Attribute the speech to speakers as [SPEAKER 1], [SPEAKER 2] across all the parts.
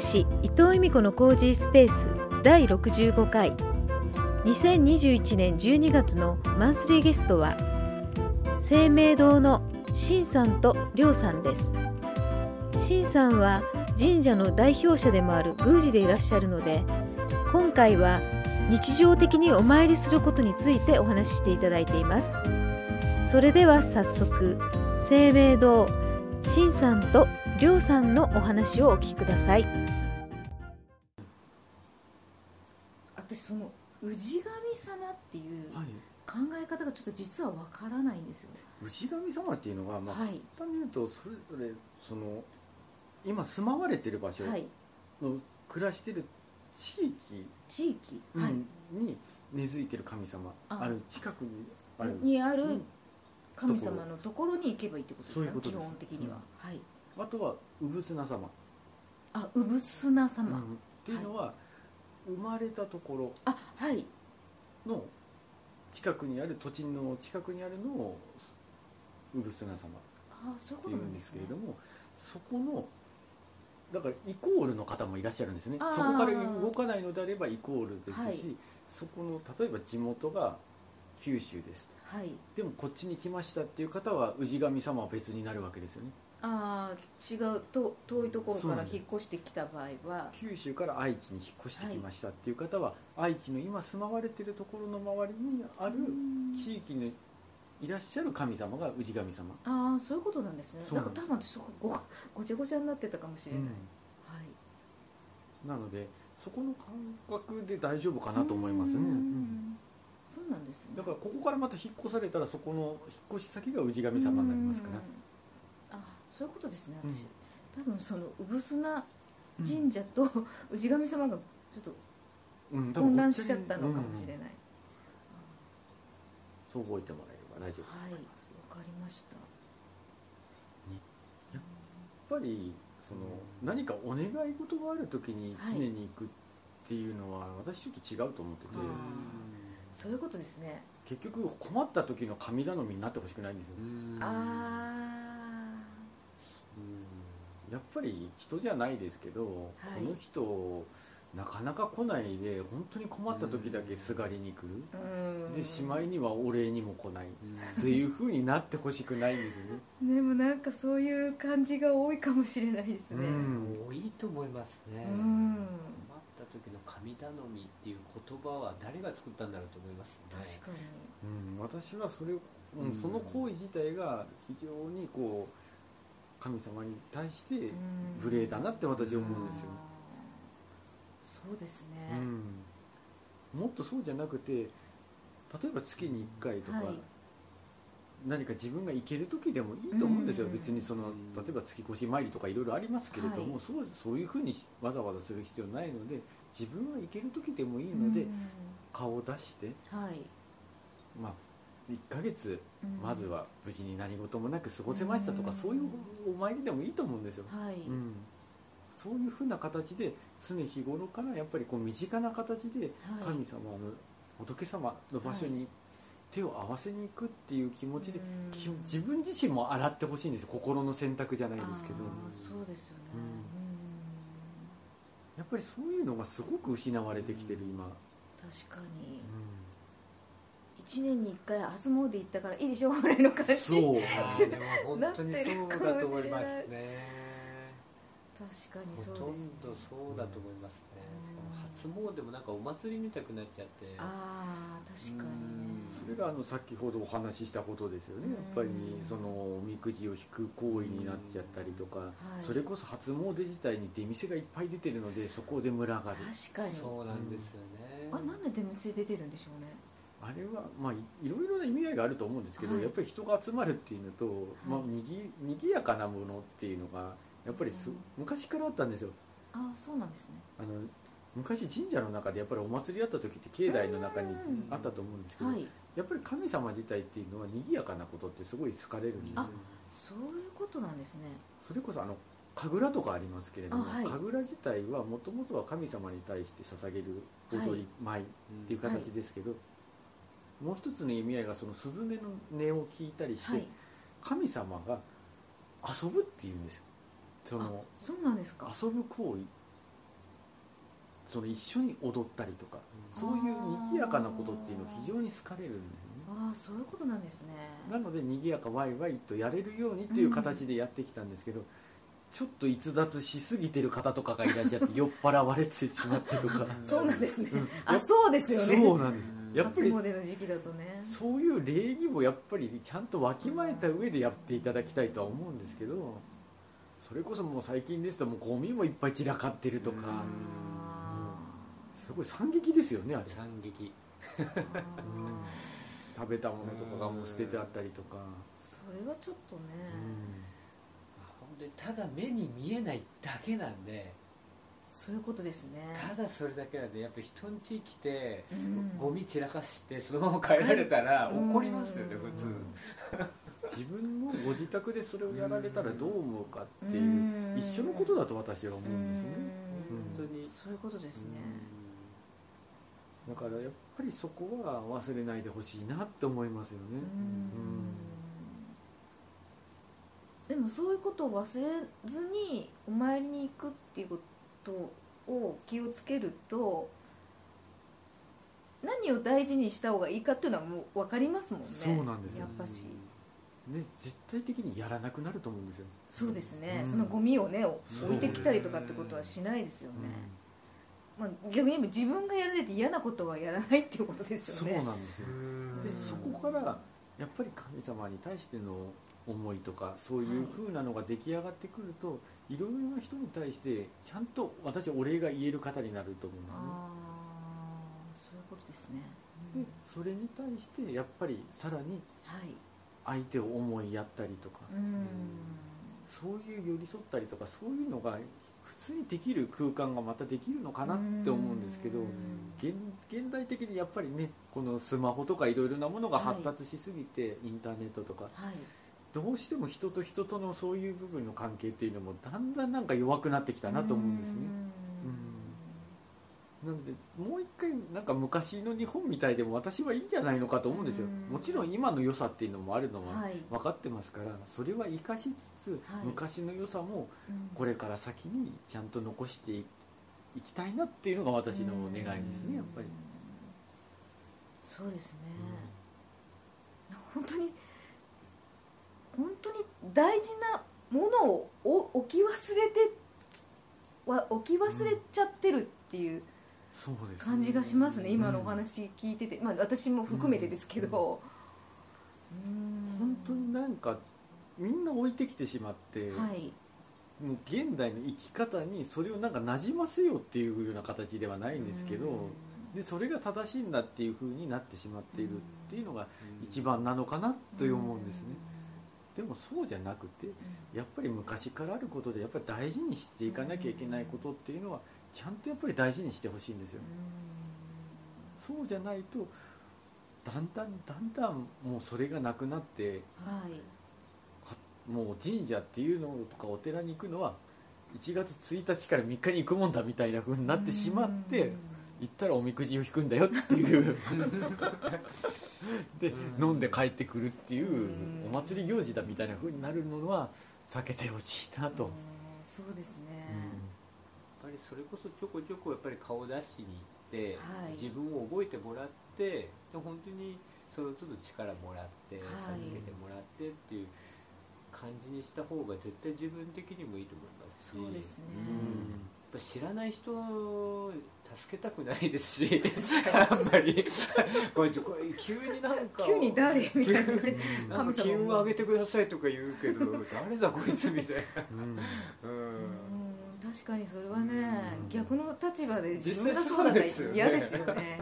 [SPEAKER 1] 師伊藤由美子のコージースペース第65回2021年12月のマンスリーゲストは生命堂の新さんと亮さんです新さんは神社の代表者でもある宮司でいらっしゃるので今回は日常的にお参りすることについてお話ししていただいていますそれでは早速生命堂新さんと亮さんのお話をお聞きください
[SPEAKER 2] 私その氏神様っていう
[SPEAKER 3] はい、
[SPEAKER 2] 考え方がちょっと実はわからないんですよ、
[SPEAKER 3] 氏神様っていうのは、ま
[SPEAKER 2] は
[SPEAKER 3] あ
[SPEAKER 2] い
[SPEAKER 3] 簡単に言うとそれぞれその今住まわれてる場所
[SPEAKER 2] はい
[SPEAKER 3] の暮らしてる地域、
[SPEAKER 2] 地域、
[SPEAKER 3] うん
[SPEAKER 2] はい
[SPEAKER 3] に根付いてる神様
[SPEAKER 2] あ
[SPEAKER 3] ある近くにある
[SPEAKER 2] にあ
[SPEAKER 3] う
[SPEAKER 2] る
[SPEAKER 3] ん
[SPEAKER 2] 神様のところに行けばいいってことですか
[SPEAKER 3] そういうこと
[SPEAKER 2] 基
[SPEAKER 3] です
[SPEAKER 2] 本的には、はい
[SPEAKER 3] あとは産砂様、
[SPEAKER 2] あ産砂
[SPEAKER 3] う
[SPEAKER 2] 様、
[SPEAKER 3] んっていうのは、生まれたとこ
[SPEAKER 2] あはい
[SPEAKER 3] ろの近くにある土地の近くにあるのを産砂様
[SPEAKER 2] あそういうこ
[SPEAKER 3] って
[SPEAKER 2] とな
[SPEAKER 3] いうん
[SPEAKER 2] んで
[SPEAKER 3] ですす
[SPEAKER 2] ね
[SPEAKER 3] けれどもそこのだからイコールの方もいらっしゃるんですね
[SPEAKER 2] あー
[SPEAKER 3] そこから動かないのであればイコールですし、
[SPEAKER 2] はい
[SPEAKER 3] そこの例えば地元が九州ですと
[SPEAKER 2] はい
[SPEAKER 3] でもこっちに来ましたっていう方は氏神様は別になるわけですよね
[SPEAKER 2] あー違うと遠いところ
[SPEAKER 3] そう
[SPEAKER 2] か
[SPEAKER 3] な
[SPEAKER 2] ら
[SPEAKER 3] んです
[SPEAKER 2] 引っ越してきた場合は
[SPEAKER 3] 九州から愛知に引っ越してきましたっていう方は、愛知の今住まわれてるところの周りにある
[SPEAKER 2] うん
[SPEAKER 3] 地域にいらっしゃる神様が氏神様、
[SPEAKER 2] ああそういうことなんですね
[SPEAKER 3] そう
[SPEAKER 2] だ
[SPEAKER 3] な
[SPEAKER 2] か
[SPEAKER 3] ん
[SPEAKER 2] ら
[SPEAKER 3] です
[SPEAKER 2] 多分私そこごごちゃごちゃになってたかもしれない、はい
[SPEAKER 3] なのでそこの感覚で大丈夫かなと思いますね。
[SPEAKER 2] うん
[SPEAKER 3] うん
[SPEAKER 2] そうなんですね
[SPEAKER 3] だからここからまた引っ越されたらそこの引っ越し先が氏神様になりますから
[SPEAKER 2] うんあそういうことですね
[SPEAKER 3] うん
[SPEAKER 2] 私、多分その産砂神社と氏神様がちょっと
[SPEAKER 3] うん
[SPEAKER 2] 混乱しちゃったのかもしれない、
[SPEAKER 3] うんそう覚えてもらえれば大丈夫だと
[SPEAKER 2] はい
[SPEAKER 3] 思
[SPEAKER 2] わ
[SPEAKER 3] います
[SPEAKER 2] かりました
[SPEAKER 3] やっぱりその何かお願い事がある時に常に行くっていうのは私ちょっと違うと思ってて、
[SPEAKER 2] あーそういうことですね、
[SPEAKER 3] 結局困った時の神頼みになってほしくないんですよ、
[SPEAKER 2] あ
[SPEAKER 3] やっぱり人じゃないですけど、
[SPEAKER 2] はい
[SPEAKER 3] この人なかなか来ないで本当に困った時だけすがりに来る、
[SPEAKER 2] あうん
[SPEAKER 3] でしまいにはお礼にも来ないっていう風になってほしくないんですよね。
[SPEAKER 2] でもなんかそういう感じが多いかもしれないですね
[SPEAKER 3] うん
[SPEAKER 4] 多いと思いますね、
[SPEAKER 2] うん、
[SPEAKER 4] 困った時の神頼みっていう言葉は誰が作ったんだろうと思いますね
[SPEAKER 2] 確かに
[SPEAKER 3] うん私はそれを、うん
[SPEAKER 4] うん
[SPEAKER 3] その行為自体が非常にこう神様に対して
[SPEAKER 2] うん
[SPEAKER 3] 無礼だなって私は思うんですよ。
[SPEAKER 2] あーそうですね、
[SPEAKER 3] うんもっとそうじゃなくて例えば月に1回とか、
[SPEAKER 2] はい
[SPEAKER 3] 何か自分が行ける時でもいいと思うんですよ、
[SPEAKER 2] うん
[SPEAKER 3] 別にその
[SPEAKER 4] うん
[SPEAKER 3] 例えば月越し参りとかいろいろありますけれども、
[SPEAKER 2] はい
[SPEAKER 3] そうそういうふうにわざわざする必要ないので自分は行ける時でもいいので、
[SPEAKER 2] うん
[SPEAKER 3] 顔を出して、
[SPEAKER 2] はい、
[SPEAKER 3] まあ、1ヶ月
[SPEAKER 2] うん
[SPEAKER 3] まずは無事に何事もなく過ごせましたとか、
[SPEAKER 2] うん
[SPEAKER 3] そういうお参りでもいいと思うんですよ、
[SPEAKER 2] はい、
[SPEAKER 3] うんそういうふうな形で常日頃からやっぱりこう身近な形で
[SPEAKER 2] はい
[SPEAKER 3] 神様の仏様の場所に手を合わせに行くっていう気持ちで、
[SPEAKER 2] うん
[SPEAKER 3] き自分自身も洗ってほしいんです心の選択じゃないですけど
[SPEAKER 2] あーそうですよね、
[SPEAKER 3] うん
[SPEAKER 2] うん
[SPEAKER 3] やっぱりそういうのがすごく失われてきてる今、
[SPEAKER 2] 確かに1年に1回初詣行ったからいいでしょぐらいの感じ確か
[SPEAKER 3] そう
[SPEAKER 4] あーでも本当にそうだと思いますね
[SPEAKER 2] に
[SPEAKER 4] ほ
[SPEAKER 2] そう
[SPEAKER 4] と
[SPEAKER 2] ですね
[SPEAKER 4] んどそうだと思いますねしかも初詣もなんかお祭りみたくなっちゃって
[SPEAKER 2] ああ確か
[SPEAKER 3] それがあの先ほどお話ししたことですよね、やっぱり
[SPEAKER 2] うん
[SPEAKER 3] そのおみくじを引く行為になっちゃったりとか、
[SPEAKER 2] い
[SPEAKER 3] それこそ初詣自体に出店がいっぱい出てるのでそこで群がる
[SPEAKER 2] にね確かに
[SPEAKER 4] そうなんですよね、
[SPEAKER 2] あなんで出店出てるんでしょうね
[SPEAKER 3] あれはまあいいろいろな意味合いがあると思うんですけど、
[SPEAKER 2] はい
[SPEAKER 3] やっぱり人が集まるっていうのと、まあ、にぎにぎやかなものっていうのがやっぱりす
[SPEAKER 2] うん
[SPEAKER 3] 昔からあったんですよ
[SPEAKER 2] ああそうなんですね
[SPEAKER 3] あの昔神社の中でやっぱりお祭りあった時って境内の中に
[SPEAKER 2] うん
[SPEAKER 3] あったと思うんですけど、
[SPEAKER 2] はい
[SPEAKER 3] やっぱり神様自体っていうのはにぎやかなことってすごい好かれるんですよ
[SPEAKER 2] あそういうことなんですね
[SPEAKER 3] それこそあの神楽とかありますけれども、
[SPEAKER 2] あはい
[SPEAKER 3] 神楽自体はもともとは神様に対して捧げる踊り、舞っていう形ですけど、もう一つの意味合いがその雀の音を聞いたりして、
[SPEAKER 2] はい
[SPEAKER 3] 神様が遊ぶっていうんですよその
[SPEAKER 2] そうなんですか
[SPEAKER 3] 遊ぶ行為その一緒に踊ったりとか
[SPEAKER 4] うん
[SPEAKER 3] そういう賑やかなことっていうの非常に好かれるんだよね
[SPEAKER 2] ああそういうことなんですね
[SPEAKER 3] なので賑やかワイワイとやれるようにっていう形でやってきたんですけど、ちょっと逸脱しすぎてる方とかがいら っしゃって酔っ払われてしまってとか
[SPEAKER 2] そうなんですね、
[SPEAKER 3] うん
[SPEAKER 2] あそうですよね
[SPEAKER 3] そうなんですやっぱ
[SPEAKER 2] 初
[SPEAKER 3] り
[SPEAKER 2] 詣の時期だとね
[SPEAKER 3] そういう礼儀もやっぱりちゃんとわきまえた上でやっていただきたいとは思うんですけどそれこそもう最近ですともうゴミもいっぱい散らかってると
[SPEAKER 4] う
[SPEAKER 3] か
[SPEAKER 4] ん
[SPEAKER 3] すごい惨劇ですよねあれ
[SPEAKER 4] 惨劇
[SPEAKER 2] あー
[SPEAKER 3] 食べたものとかがもう捨ててあったりとか
[SPEAKER 2] それはちょっとね、
[SPEAKER 4] 本当にただ目に見えないだけなんで
[SPEAKER 2] そういうことですね
[SPEAKER 4] ただそれだけなんでやっぱ人ん家来て
[SPEAKER 2] うん
[SPEAKER 4] ゴミ散らかしてそのまま帰られたら
[SPEAKER 2] うん
[SPEAKER 4] 怒りますよね
[SPEAKER 2] うん
[SPEAKER 4] 普通
[SPEAKER 3] 自分のご自宅でそれをやられたらどう思うかっていううん一緒のことだと私は思うんですよね
[SPEAKER 2] うん
[SPEAKER 4] 本当に
[SPEAKER 2] そういうことですね、
[SPEAKER 3] だからやっぱりそこは忘れないでほしいなって思いますよね
[SPEAKER 2] でもそういうことを忘れずにお参りに行くっていうことを気をつけると何を大事にした方がいいかっていうのはもう分かりますもんね
[SPEAKER 3] そうなんですよ
[SPEAKER 2] やっぱし
[SPEAKER 3] ね絶対的にやらなくなると思うんですよ
[SPEAKER 2] そうですね、
[SPEAKER 3] うん
[SPEAKER 2] そのゴミをね置
[SPEAKER 3] そう
[SPEAKER 2] いてきたりとかってことはしないですよね、
[SPEAKER 3] う
[SPEAKER 2] まあ、逆に言えば自分がやられて嫌なことはやらないっていうことで
[SPEAKER 3] ん
[SPEAKER 2] す
[SPEAKER 3] そ
[SPEAKER 2] よ
[SPEAKER 3] う
[SPEAKER 2] ね
[SPEAKER 3] なんですよ
[SPEAKER 4] うん
[SPEAKER 3] でそこからやっぱり神様に対しての思いとかそういう風なのが出来上がってくると、い、ろいろな人に対してちゃんと私お礼が言える方になると思うんですね
[SPEAKER 2] ああそういうことですね、
[SPEAKER 3] でそれに対してやっぱりさらに
[SPEAKER 2] はい
[SPEAKER 3] 相手を思いやったりとか、
[SPEAKER 2] うん
[SPEAKER 3] そういう寄り添ったりとかそういうのが普通にできる空間がまたできるのかなって思うんですけど、
[SPEAKER 2] うん
[SPEAKER 3] 現現代的にやっぱりねこのスマホとかいろいろなものが発達しすぎて、インターネットとか
[SPEAKER 2] はい
[SPEAKER 3] どうしても人と人とのそういう部分の関係っていうのもだんだんなんか弱くなってきたなと思うんですねなのでもう一回なんか昔の日本みたいでも私はいいんじゃないのかと思うんですよ
[SPEAKER 2] うん
[SPEAKER 3] もちろん今の良さっていうのもあるのは
[SPEAKER 2] はい
[SPEAKER 3] 分かってますからそれは生かしつつ
[SPEAKER 2] はい
[SPEAKER 3] 昔の良さも
[SPEAKER 2] うん
[SPEAKER 3] これから先にちゃんと残していきたいなっていうのが私の願いですねやっぱり
[SPEAKER 2] うん。そうですね、本当に本当に大事なものをお置き忘れてわ置き忘れちゃってるっていう
[SPEAKER 3] そうですね
[SPEAKER 2] 感じがしますね、
[SPEAKER 3] ん
[SPEAKER 2] 今のお話聞いてて、まあ、私も含めてですけど、うん
[SPEAKER 3] 本当になんかみんな置いてきてしまって、
[SPEAKER 2] はい
[SPEAKER 3] もう現代の生き方にそれをなんか馴染ませようっていうような形ではないんですけど、でそれが正しいんだっていう風になってしまっているっていうのが一番なのかなという思うんですね、でもそうじゃなくてやっぱり昔からあることでやっぱり大事にしていかなきゃいけないことっていうのはちゃんとやっぱり大事にしてほしいんですよ、そうじゃないとだんだんだんだんもうそれがなくなって
[SPEAKER 2] はい
[SPEAKER 3] もう神社っていうのとかお寺に行くのは1月1日から3日に行くもんだみたいな風になってしまって行ったらおみくじを引くんだよっていうで
[SPEAKER 4] うん
[SPEAKER 3] 飲んで帰ってくるっていう
[SPEAKER 2] うん
[SPEAKER 3] お祭り行事だみたいな風になるのは避けてほしいな
[SPEAKER 2] あ
[SPEAKER 3] と、
[SPEAKER 2] そうですね、
[SPEAKER 4] やっぱりそれこそちょこちょこやっぱり顔出しに行って、
[SPEAKER 2] はい
[SPEAKER 4] 自分を覚えてもらってで本当にその都度力もらって
[SPEAKER 2] い
[SPEAKER 4] 授けてもらってっていう感じにした方が絶対自分的にもいいと思いますし
[SPEAKER 2] そうですね、
[SPEAKER 4] やっぱ知らない人を助けたくないですしあんまりこれこれ急になんか
[SPEAKER 2] 急に誰みたいなね
[SPEAKER 3] う
[SPEAKER 4] なんか
[SPEAKER 2] 神
[SPEAKER 4] 金
[SPEAKER 2] 様
[SPEAKER 4] 運
[SPEAKER 2] も
[SPEAKER 4] 上げてくださいとか言うけど誰だこいつみたい
[SPEAKER 3] んうん
[SPEAKER 4] なうん
[SPEAKER 2] うん確かにそれはね、
[SPEAKER 3] うん
[SPEAKER 2] 逆の立場で自分が
[SPEAKER 4] 実際
[SPEAKER 2] そうだったら
[SPEAKER 4] そうですよね
[SPEAKER 2] 嫌ですよね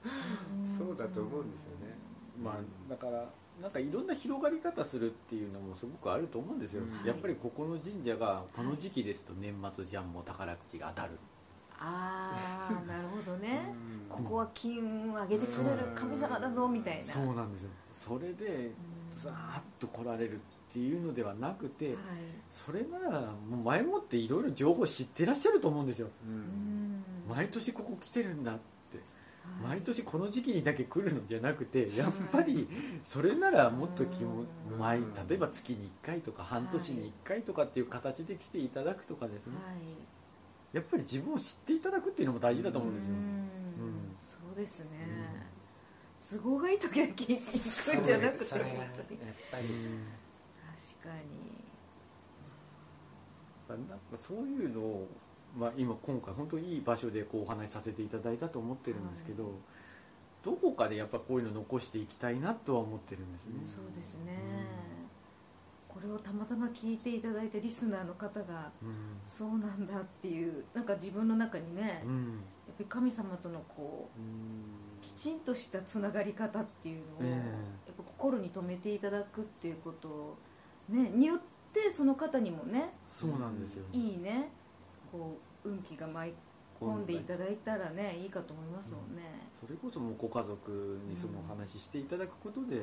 [SPEAKER 4] そうだと思うんですよね
[SPEAKER 3] まあだからなんかいろんな広がり方するっていうのもすごくあると思うんですよ、
[SPEAKER 4] うん
[SPEAKER 3] やっぱりここの神社がこの時期ですと年末ジャンボ宝くじが当たる
[SPEAKER 2] ああなるほどね、
[SPEAKER 4] うん
[SPEAKER 2] ここは金運上げてくれる神様だぞみたいな
[SPEAKER 3] そうなんですよそれでザーッと来られるっていうのではなくて
[SPEAKER 2] はい
[SPEAKER 3] それならもう前もっていろいろ情報知ってらっしゃると思うんですよ
[SPEAKER 4] う
[SPEAKER 2] うんん
[SPEAKER 3] 毎年ここ来てるんだって
[SPEAKER 2] はい
[SPEAKER 3] 毎年この時期にだけ来るのじゃなくてやっぱりそれならもっと気も
[SPEAKER 2] うん
[SPEAKER 3] 毎例えば月に1回とか半年に1回とかっていう形で来ていただくとかですね
[SPEAKER 2] はい
[SPEAKER 3] やっぱり自分を知っていただくっていうのも大事だと思うんですよ、うん
[SPEAKER 2] そうですね
[SPEAKER 3] うん、
[SPEAKER 2] 都合がいい時だけ行くんじゃなくて
[SPEAKER 4] それ
[SPEAKER 2] 本
[SPEAKER 4] それやっ
[SPEAKER 2] 当に
[SPEAKER 4] ぱり
[SPEAKER 2] 確かに
[SPEAKER 3] なんかそういうのを、まあ、今今回本当にいい場所でこうお話しさせていただいたと思ってるんですけど、どこかでやっぱこういうの残していきたいなとは思ってるんですね、
[SPEAKER 4] う
[SPEAKER 2] そ
[SPEAKER 4] ん
[SPEAKER 2] うですね、これをたまたま聞いていただいたリスナーの方が
[SPEAKER 3] うん
[SPEAKER 2] そうなんだっていうなんか自分の中にね、やっ
[SPEAKER 3] うん
[SPEAKER 2] ぱり神様とのこうきちんとしたつながり方っていうのを、
[SPEAKER 3] ええ
[SPEAKER 2] やっぱ心に留めていただくっていうことを、ね、によってその方にもね
[SPEAKER 3] そうなんですよ、
[SPEAKER 4] う
[SPEAKER 2] いいねこう運気が舞い込んでいただいたらねいいかと思いますもんね。
[SPEAKER 3] それこそもうご家族にそのお話ししていただくことで、や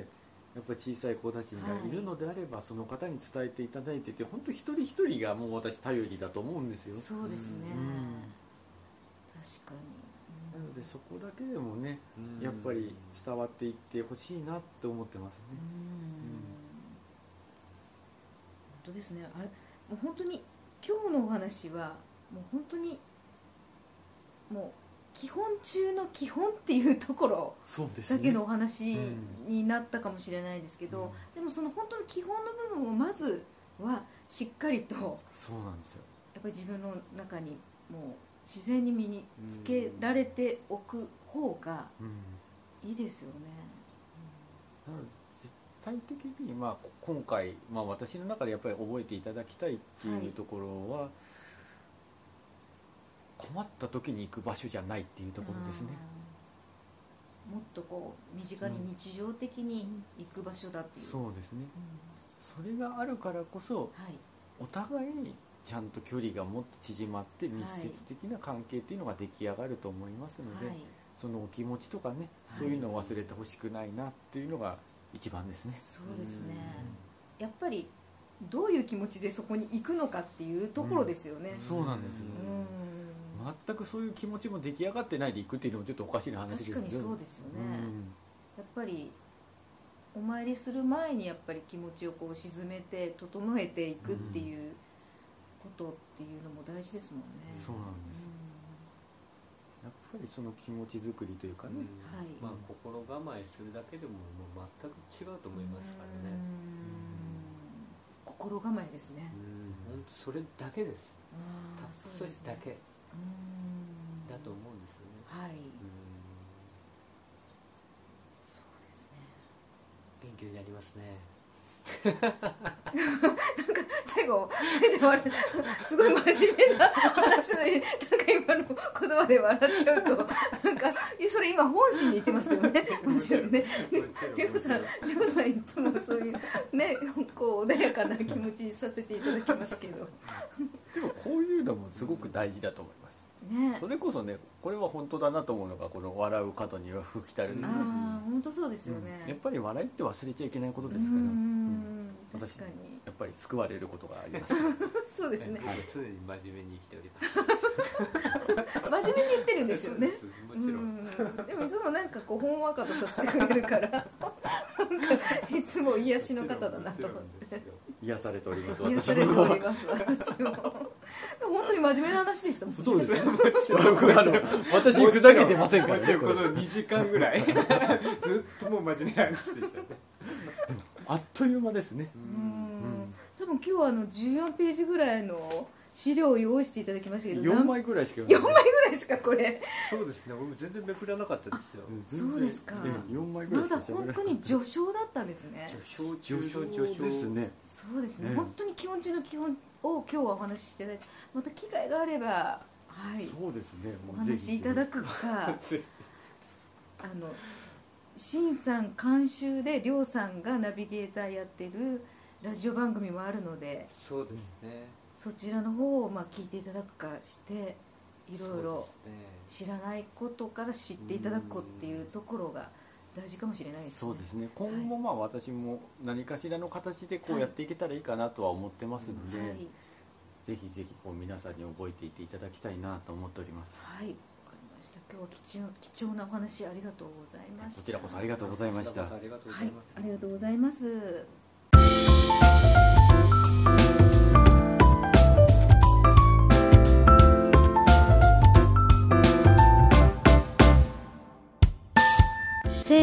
[SPEAKER 3] っぱり小さい子たちがいるのであれば、その方に伝えていただいてて本当一人一人がもう私頼りだと思うんですよ
[SPEAKER 2] そうですね、
[SPEAKER 3] うん
[SPEAKER 2] 確か
[SPEAKER 3] な
[SPEAKER 2] に、
[SPEAKER 3] のでそこだけでもね
[SPEAKER 4] うん
[SPEAKER 3] やっぱり伝わっていってほしいなって思ってますね、
[SPEAKER 2] うん本当ですねあれもう本当に今日のお話はもう本当にもう基本中の基本っていうところ
[SPEAKER 3] そうです
[SPEAKER 2] だ
[SPEAKER 3] ね
[SPEAKER 2] けのお話
[SPEAKER 3] うん
[SPEAKER 2] になったかもしれないですけど、でもその本当の基本の部分をまずはしっかりと
[SPEAKER 3] そうなんですよ
[SPEAKER 2] やっぱり自分の中にもう自然に身につけられておく方がいいですよね。
[SPEAKER 3] なので絶対的に、まあ、こ今回、まあ、私の中でやっぱり覚えていただきたいって
[SPEAKER 2] はいいう
[SPEAKER 3] ところは、困った時に行く場所じゃないっていうところですね、
[SPEAKER 2] うんもっとこう身近に日常的に行く場所だっていう、うん
[SPEAKER 3] そうですねそれがあるからこそ
[SPEAKER 2] はい
[SPEAKER 3] お互いにちゃんと距離がもっと縮まって密接的な関係っていうのが出来上がると思いますので、
[SPEAKER 2] はい
[SPEAKER 3] そのお気持ちとかね、
[SPEAKER 2] はい
[SPEAKER 3] そういうのを忘れてほしくないなっていうのが一番ですね、
[SPEAKER 2] そうですねやっぱりどういう気持ちでそこに行くのかっていうところですよね
[SPEAKER 3] そうなんですよ、
[SPEAKER 2] うん、
[SPEAKER 3] 全くそういう気持ちも出来上がってないで行くっていうのもちょっとおかしな話です
[SPEAKER 2] 確
[SPEAKER 3] け
[SPEAKER 2] か
[SPEAKER 3] ど
[SPEAKER 2] にそう
[SPEAKER 3] で
[SPEAKER 2] ですよね、やっぱりお参りする前にやっぱり気持ちをこう沈めて整えていくっていうことっていうのも大事ですもんね、
[SPEAKER 3] そうなんです
[SPEAKER 2] う
[SPEAKER 3] やっぱりその気持ち作りというかね、
[SPEAKER 2] んはい
[SPEAKER 4] まあ心構えするだけでももう全く違うと思いますか
[SPEAKER 2] う
[SPEAKER 4] らね
[SPEAKER 2] ん心構えですね
[SPEAKER 4] う、ん本当それだけです
[SPEAKER 2] あ
[SPEAKER 4] た
[SPEAKER 2] ー
[SPEAKER 4] った
[SPEAKER 2] そ
[SPEAKER 4] そうれ
[SPEAKER 2] ですね
[SPEAKER 4] だけ
[SPEAKER 2] うん
[SPEAKER 4] だと思うんですよね
[SPEAKER 2] はい
[SPEAKER 4] うん
[SPEAKER 2] そうですね
[SPEAKER 4] 勉強になりますね
[SPEAKER 2] 最後それで笑うすごい真面目な話なのになんか今の言葉で笑っちゃ うとなんかそれ今本心に言ってますよねもちろんねりょうさん、りょうさんいつもそういうね、こう穏やかな気持ちにさせていただきますけど。
[SPEAKER 3] でもこういうのもすごく大事だと思います、
[SPEAKER 2] ね。
[SPEAKER 3] それこそねこれは本当だなと思うのがこの「笑う角には吹きたる」ですね、
[SPEAKER 4] うん
[SPEAKER 2] ああ、本当そうですよね。
[SPEAKER 3] やっぱり笑いって忘れちゃいけないこと
[SPEAKER 2] う
[SPEAKER 3] ですから、
[SPEAKER 2] ん、
[SPEAKER 3] うん
[SPEAKER 2] 確かに。
[SPEAKER 3] やっぱり救われることがあり ます
[SPEAKER 2] そうですね。
[SPEAKER 4] はい常に真面目に生きております
[SPEAKER 2] 真面目に言ってるんですよね。
[SPEAKER 4] そうですも
[SPEAKER 2] う
[SPEAKER 4] ちろん
[SPEAKER 2] ん、でもいつもなんかこうほんわかとさせてくれるからなんかいつも癒しの方だなと思って
[SPEAKER 3] 癒されております
[SPEAKER 2] 癒
[SPEAKER 3] 私
[SPEAKER 2] されてお
[SPEAKER 3] も
[SPEAKER 2] ります私もでも本当に真面目な話でしたもんね
[SPEAKER 3] そうです ね
[SPEAKER 2] もちろん
[SPEAKER 3] 僕あの私ふざけてませんからねこれ
[SPEAKER 4] こ の2時間ぐらいずっともう真面目な話でしたね
[SPEAKER 3] あっという間ですね
[SPEAKER 2] う
[SPEAKER 3] うん
[SPEAKER 2] ん多分今日はあの14ページぐらいの資料を用意していただきましたけど
[SPEAKER 3] 4
[SPEAKER 2] 何
[SPEAKER 3] 枚ぐらいしか
[SPEAKER 2] 4枚ぐらいしかこれ
[SPEAKER 4] そうですね俺も全然めくらなかったですよ
[SPEAKER 2] そうですか
[SPEAKER 3] 4枚ぐらい
[SPEAKER 2] ま
[SPEAKER 3] しか
[SPEAKER 2] だ
[SPEAKER 3] 喋らな
[SPEAKER 2] 本
[SPEAKER 3] い
[SPEAKER 2] 当に序章だったんですね
[SPEAKER 4] 序章
[SPEAKER 3] 序
[SPEAKER 4] 中
[SPEAKER 3] 章
[SPEAKER 4] の
[SPEAKER 3] 序章
[SPEAKER 4] 序章
[SPEAKER 3] ですね
[SPEAKER 2] そうですね
[SPEAKER 3] ね
[SPEAKER 2] 本当に基本中の基本を今日はお話ししていただいてまた機会があればはい
[SPEAKER 3] そうですね
[SPEAKER 2] お
[SPEAKER 3] もう
[SPEAKER 2] 話
[SPEAKER 3] ぜひ
[SPEAKER 2] しいただく か
[SPEAKER 4] ぜ
[SPEAKER 2] あの新さん監修で亮さんがナビゲーターやってるラジオ番組もあるので
[SPEAKER 4] そうですね
[SPEAKER 2] そちらの方をまあ聞いていただくかしていろいろ
[SPEAKER 4] そうですね
[SPEAKER 2] 知らないことから知っていただくことっていうところが大事かもしれないですね。
[SPEAKER 3] そうですね今後まあ私も何かしらの形でこうやっていけたらいいかなとは思ってますので、
[SPEAKER 2] はい、
[SPEAKER 3] ぜひぜひこう皆さんに覚えていていただきたいなと思っております
[SPEAKER 2] はい、わかりました。今日は貴重貴重なお話ありがとうございました。
[SPEAKER 3] こちらこそありがとうございました
[SPEAKER 4] こちらこそありがとうご
[SPEAKER 2] は
[SPEAKER 4] ざい
[SPEAKER 2] い
[SPEAKER 4] ま、す
[SPEAKER 2] ありがとうございます。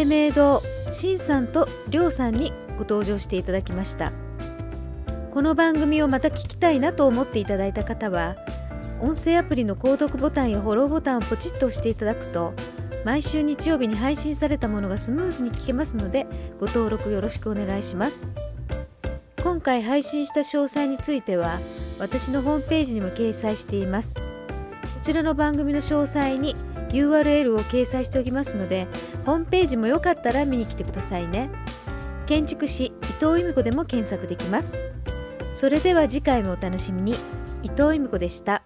[SPEAKER 1] 明堂新さんと亮さんにご登場していただきましたこの番組をまた聞きたいなと思っていただいた方は音声アプリの購読ボタンやフォローボタンをポチッと押していただくと毎週日曜日に配信されたものがスムーズに聞けますのでご登録よろしくお願いします今回配信した詳細については私のホームページにも掲載していますこちらの番組の詳細に URL を掲載しておきますのでホームページもよかったら見に来てくださいね建築士伊藤由美子でも検索できますそれでは次回もお楽しみに伊藤由美子でした